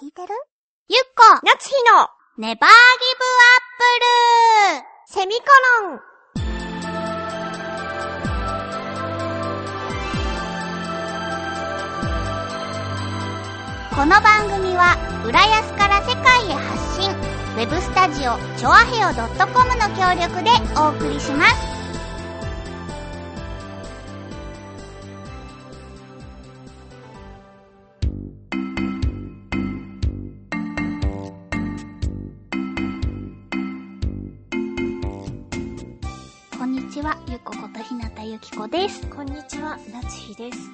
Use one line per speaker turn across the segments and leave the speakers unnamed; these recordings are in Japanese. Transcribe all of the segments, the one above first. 聞いてるゆっこ
夏日の
ネバーギブアップル
セミコロン
この番組は浦安から世界へ発信ウェブスタジオチョアヘオ .com の協力でお送りしますこんにちはゆっこことひなたゆきこです
こんにちは、夏日です。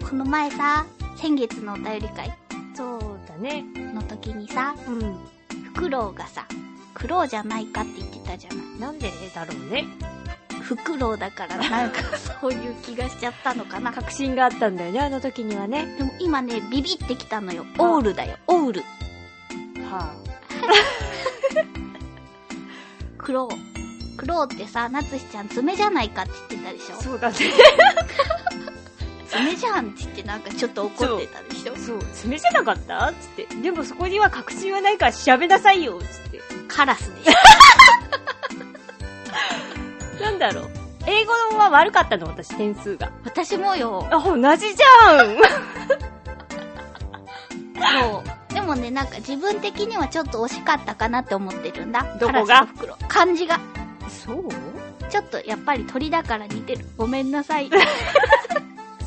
この前さ先月のお便り会
そうだね。
の時にさ
うん。
フクロウがさクロウじゃないかって言ってたじゃない
なんでだろうね。
フクロウだからなん かそういう気がしちゃったのかな
確信があったんだよね、あの時にはね。
でも今ねビビってきたのよ
あ
オールだよオール
は
クロウクロウってさなつしちゃん爪じゃないかって言ってたでし
あ
ょ
そうだね。
爪じゃんって言ってなんかちょっと怒ってたでしょ
そう、爪じゃなかったつって。でもそこには確信はないから調べなさいよつって。
カラスで し
なんだろう。英語は悪かったの、私、点数が。
ょ私もよ
あ、同じじゃん
そうでもねなんか自分的にはちょっと惜しかったかなって思ってるんだ
ど
カラ
こが
スのフクロウ漢字が
そう
ちょっとやっぱり鳥だから似てる。ごめんなさ い。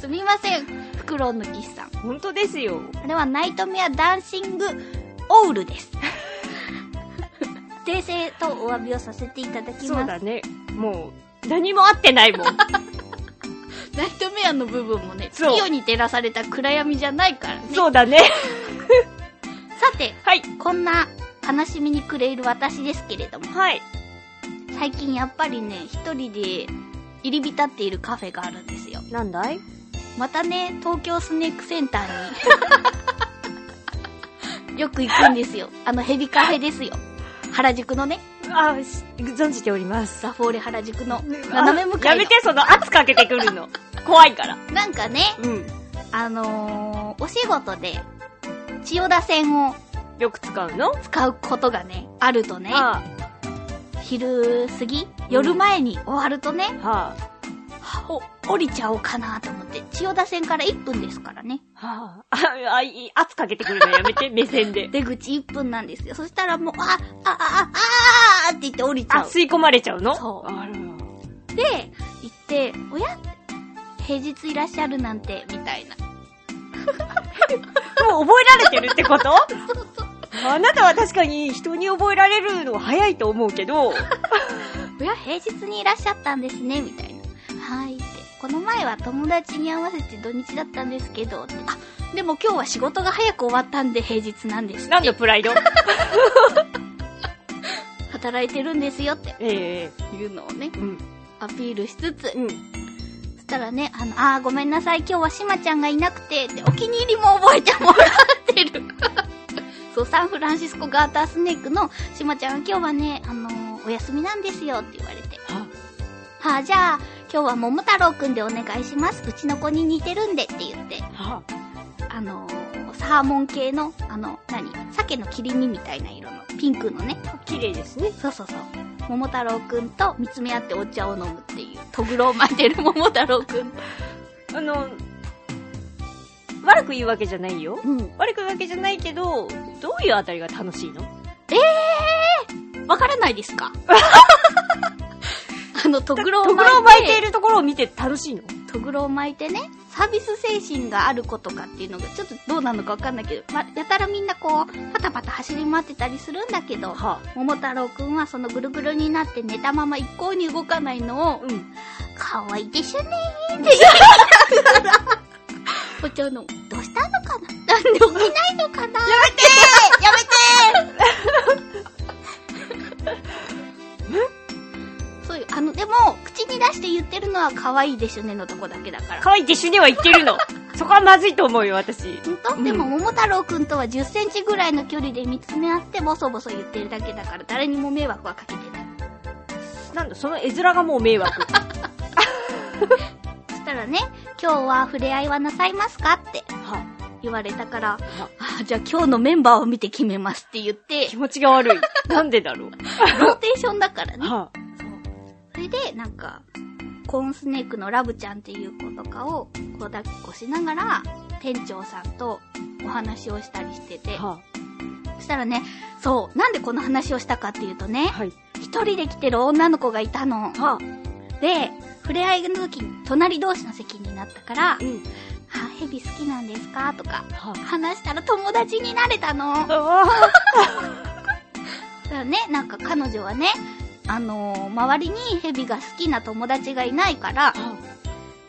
すみません、フクロウの岸さん。
本当ですよ。
あれはナイトメアダンシングオールです。訂正とお詫びをさせていただき
そう
ます。
だね。もう、何も合ってないも
ナイ
ん。
トメアの部分もね、
そう
月夜に照らされた暗闇じゃないからね。
そうだね。
さて、
はい。
こんな悲しみに暮れる私ですけれども、
はい。
最近やっぱりね、一人で入り浸っているカフェがあるんですよ。
なんだい
またね、東京スネークセンターに、 よく行くんですよ。あの、ヘビカフェですよ。原宿のね、
あ、し存じております。
ザフォーレ原宿の斜め向か
や
いの
め。て、その圧かけてくる の。怖いから。
なんかね、
うん。
あのー、お仕事で、千代田線を
よく使うの
使うことがね、あるとね、
は
昼過ぎ、夜前に終わるとね、
あ、は
お、降りちゃおうかなと思って、千代田線から1分ですからね。
あ、はあ、あ、あいい圧かけてくるのやめ て、目線で。
出口1分なんですよ。そしたらもう、あ、あ、あ、あ、あーって言って降りち
あ、
ゃう。
吸い込まれちゃうの
そう
あら
で、行って、おや平日いらっしゃるなんて、みたいな。
もう覚えられてるってこと あなたは確かに人に覚えられるのは早いと思うけ
お
ど、
や平日にいらっしゃったんですね、みたいな。はーいって。この前は友達に合わせて土日だったんですけど、ってあ、でも今日は仕事が早く終わったんで平日なんです。
なんだプ ライド
働いてるんですよって
ええ
いうのをね、
うん。
アピールしつつ、
うん。
そしたらね、あの、あーごめんなさい、今日はしまちゃんがいなくて、ってお気に入りも覚えてもらってる。 そう、サンフランシスコガータースネークのしまちゃんが今日はね、あのーお休みなんですよって言われて。
は
はあ、じゃあ、今日は桃太郎くんでお願いします。うちの子に似てるんでって言って、
は
あのーサーモン系の、あの、何鮭の切り身みたいな色の、ピンクのね。
あ、綺麗ですね。
そうそうそう。桃太郎くんと見つめ合ってお茶を飲むっていう、とぐろを巻いてる桃太郎くん。
あの、悪く言うわけじゃないよ。
うん。
悪く言うわけじゃないけど、どういうあたりが楽しいの
わからないですか あの、トグロを
とぐ
巻い
ろ
て
を巻いているところを見て楽しいの
トグロを巻いてね、サービス精神がある子とかっていうのが、ちょっとどうなのかわかんないけど、ま、やたらみんなこう、パタパタ走り回ってたりするんだけど、
は
桃太郎くんはそのぐるぐるになって寝たまま一向に動かないのを、
うん。
かわいいでしょねー って言いながら、お茶を飲む。どうしたのかななんで起きないのかなやめてやめてそういう、あの、でも、口に出して言ってるのは可愛いでしょねのとこだけだから。
可愛いディッシュには言って るの。そこはまずいと思うよ、私。
本
う
当
ん
でも、桃太郎くんとは10センチぐらいの距離で見つめ合って、ボソボソ言ってるだけだから、誰にも迷惑はかけてない。
なんだ、その絵面がもう迷 惑。
そしたらね、今日は触れ合いはなさいますかって
は
言われたから、
あ
あじゃあ今日のメンバーを見て決めますって言って
気、持ちが 悪い。なんでだろう。
ローテーションだからね。
は
そう。それで、なんか、コーンスネークのラブちゃんっていう子とかを、こう抱っこしながら、店長さんとお話をしたりしてて
あ、、は
そしたらね、そう、なんでこの話をしたかっていうと
あ、
ね、
はい。
一人で来てる女の子がいたの。
は
で、触れ合いの時に隣同士の席になったから
あ、う、ん。
あ、ヘビ好きなんですかとか、
は
話したら友達になれたの。
あ。あ
だからね、なんか彼女はね、あのー周りにヘビが好きな友達がいないから、
あ。は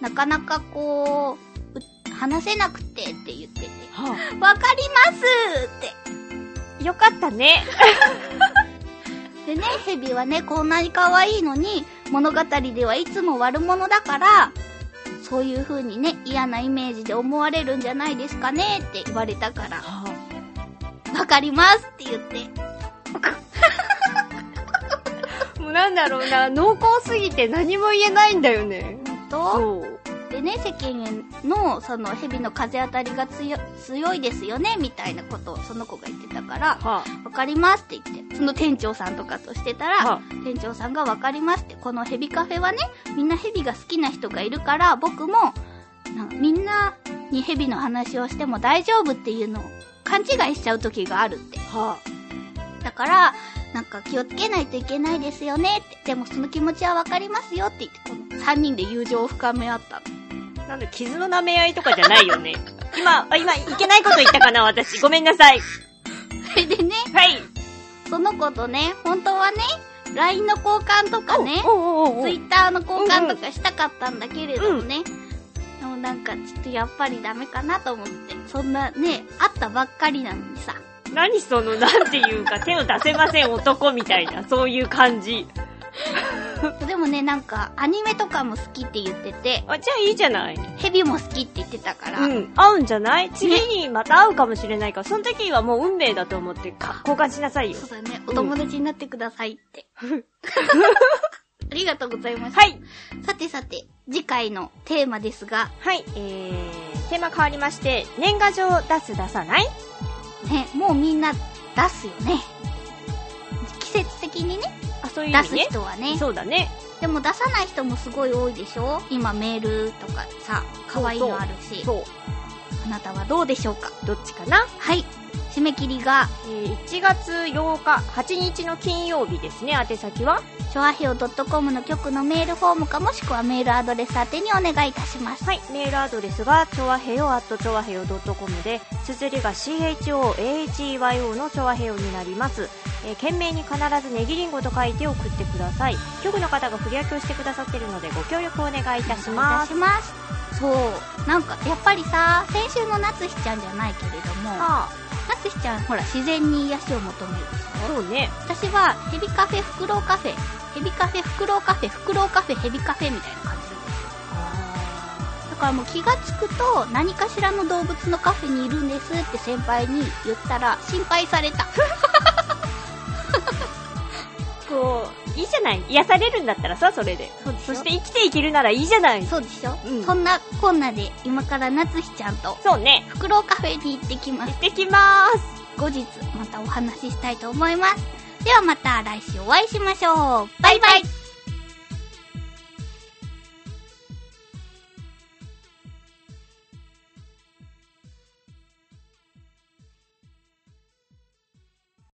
なかなかこうう、話せなくてって言ってて、
あ。は
わかりますって。
あ。よかったね。
でね、ヘビはね、こんなに可愛いのに、物語ではいつも悪者だから、そういう風にね、嫌なイメージで思われるんじゃないですかねって言われたから、
は
わかりますって言って。
あ。もうなんだろうな、濃厚すぎて何も言えないんだよね。
と
そう。
でね、世間の、その、蛇の風当たりが強強いですよね、みたいなことをその子が言ってたから、
は
わかりますって言って、その店長さんとかとしてた
あ。
ら、
は
店長さんがわかりますって、このヘビカフェはね、みんなヘビが好きな人がいるから、僕も、なんかみんなにヘビの話をしても大丈夫っていうのを勘違いしちゃう時があるって。
あ。は
だから、なんか気をつけないといけないですよねって。でもその気持ちはわかりますよって言って、この3人で友情を深め合ったの。
あ。なんだ、傷の舐め合いとかじゃないよ ね。今、あ、今、いけないこと言ったかな、私。ごめんなさい。
それでね、
はい。
その子とね、本当はね、LINE の交換とかね、
おうおうおうおう。
Twitter の交換とかしたかったんだけれどもね、でもなんかちょっとやっぱりダメかなと思って、そんなね、会ったばっかりなのにさ、
何その、なんていう か、手を出せません男みたいな、そういう感じ。
でもね、なんかアニメとかも好きって言ってて、
あ、じゃあいいじゃない。
ヘビも好きって言ってたから、
うん、合うんじゃない次にまた会うかもしれないから、その時はもう運命だと思ってか、交換しなさいよ
そ。うだね、お友達になってください って。ありがとうございました。
はい、
さてさて、次回のテーマですが、
はい、えー、テーマ変わりまして、年賀状出す出さない
ね、もうみんな出すよね。季節的にね、
あ、そういう意
出
味
す
ね。
人はね。
そうだね。
でも出さない人もすごい多いでしょ今メールとかさ、可愛いのあるし。
そ
あなたはどうでしょうか
う、どっちかな。
はい。締め切りが、
えー、1月8日、8日の金曜日ですね、宛先は。
ショアヘオ .com の局のメールフォームかもしくはメールアドレス宛てにお願いいたします。
はい、メールアドレスが、ちょわへよ、アットちょわへよ .com で、綴りが CHOAHEYO のちょわへよになります。えー、懸命に必ずネギリンゴと書いて送ってください。局の方が振り分けをしてくださってるので、ご協力お願いいたし
お願
ま
い
す。
します。そう。なんか、やっぱりさ、先週の夏日ちゃんじゃないけれども、
あ
夏日ちゃん、ほら、自然に癒しを求めるでし
あ、
ょ
そうね。
私は、ヘビカフェ、フクロウカフェ、ヘビカフェ、フクロウカフェ、フクロウカフェ、ヘビカフェみたいな感じなんですよ。
あ
だからもう気がつくと何かしらの動物のカフェにいるんですって先輩に言ったら心配された。
ーこう、いいじゃない。癒されるんだったらさ、それで。
そうでしょ
そして生きていけるならいいじゃない。そ
そうでしょ、
うん
そんなこんなで今から夏日ちゃんと
うね。
フクロウカフェに行ってきま
行
す。
ってきまーす。
後日またお話ししたいと思います。ではまた来週お会いしましょう。バイバイ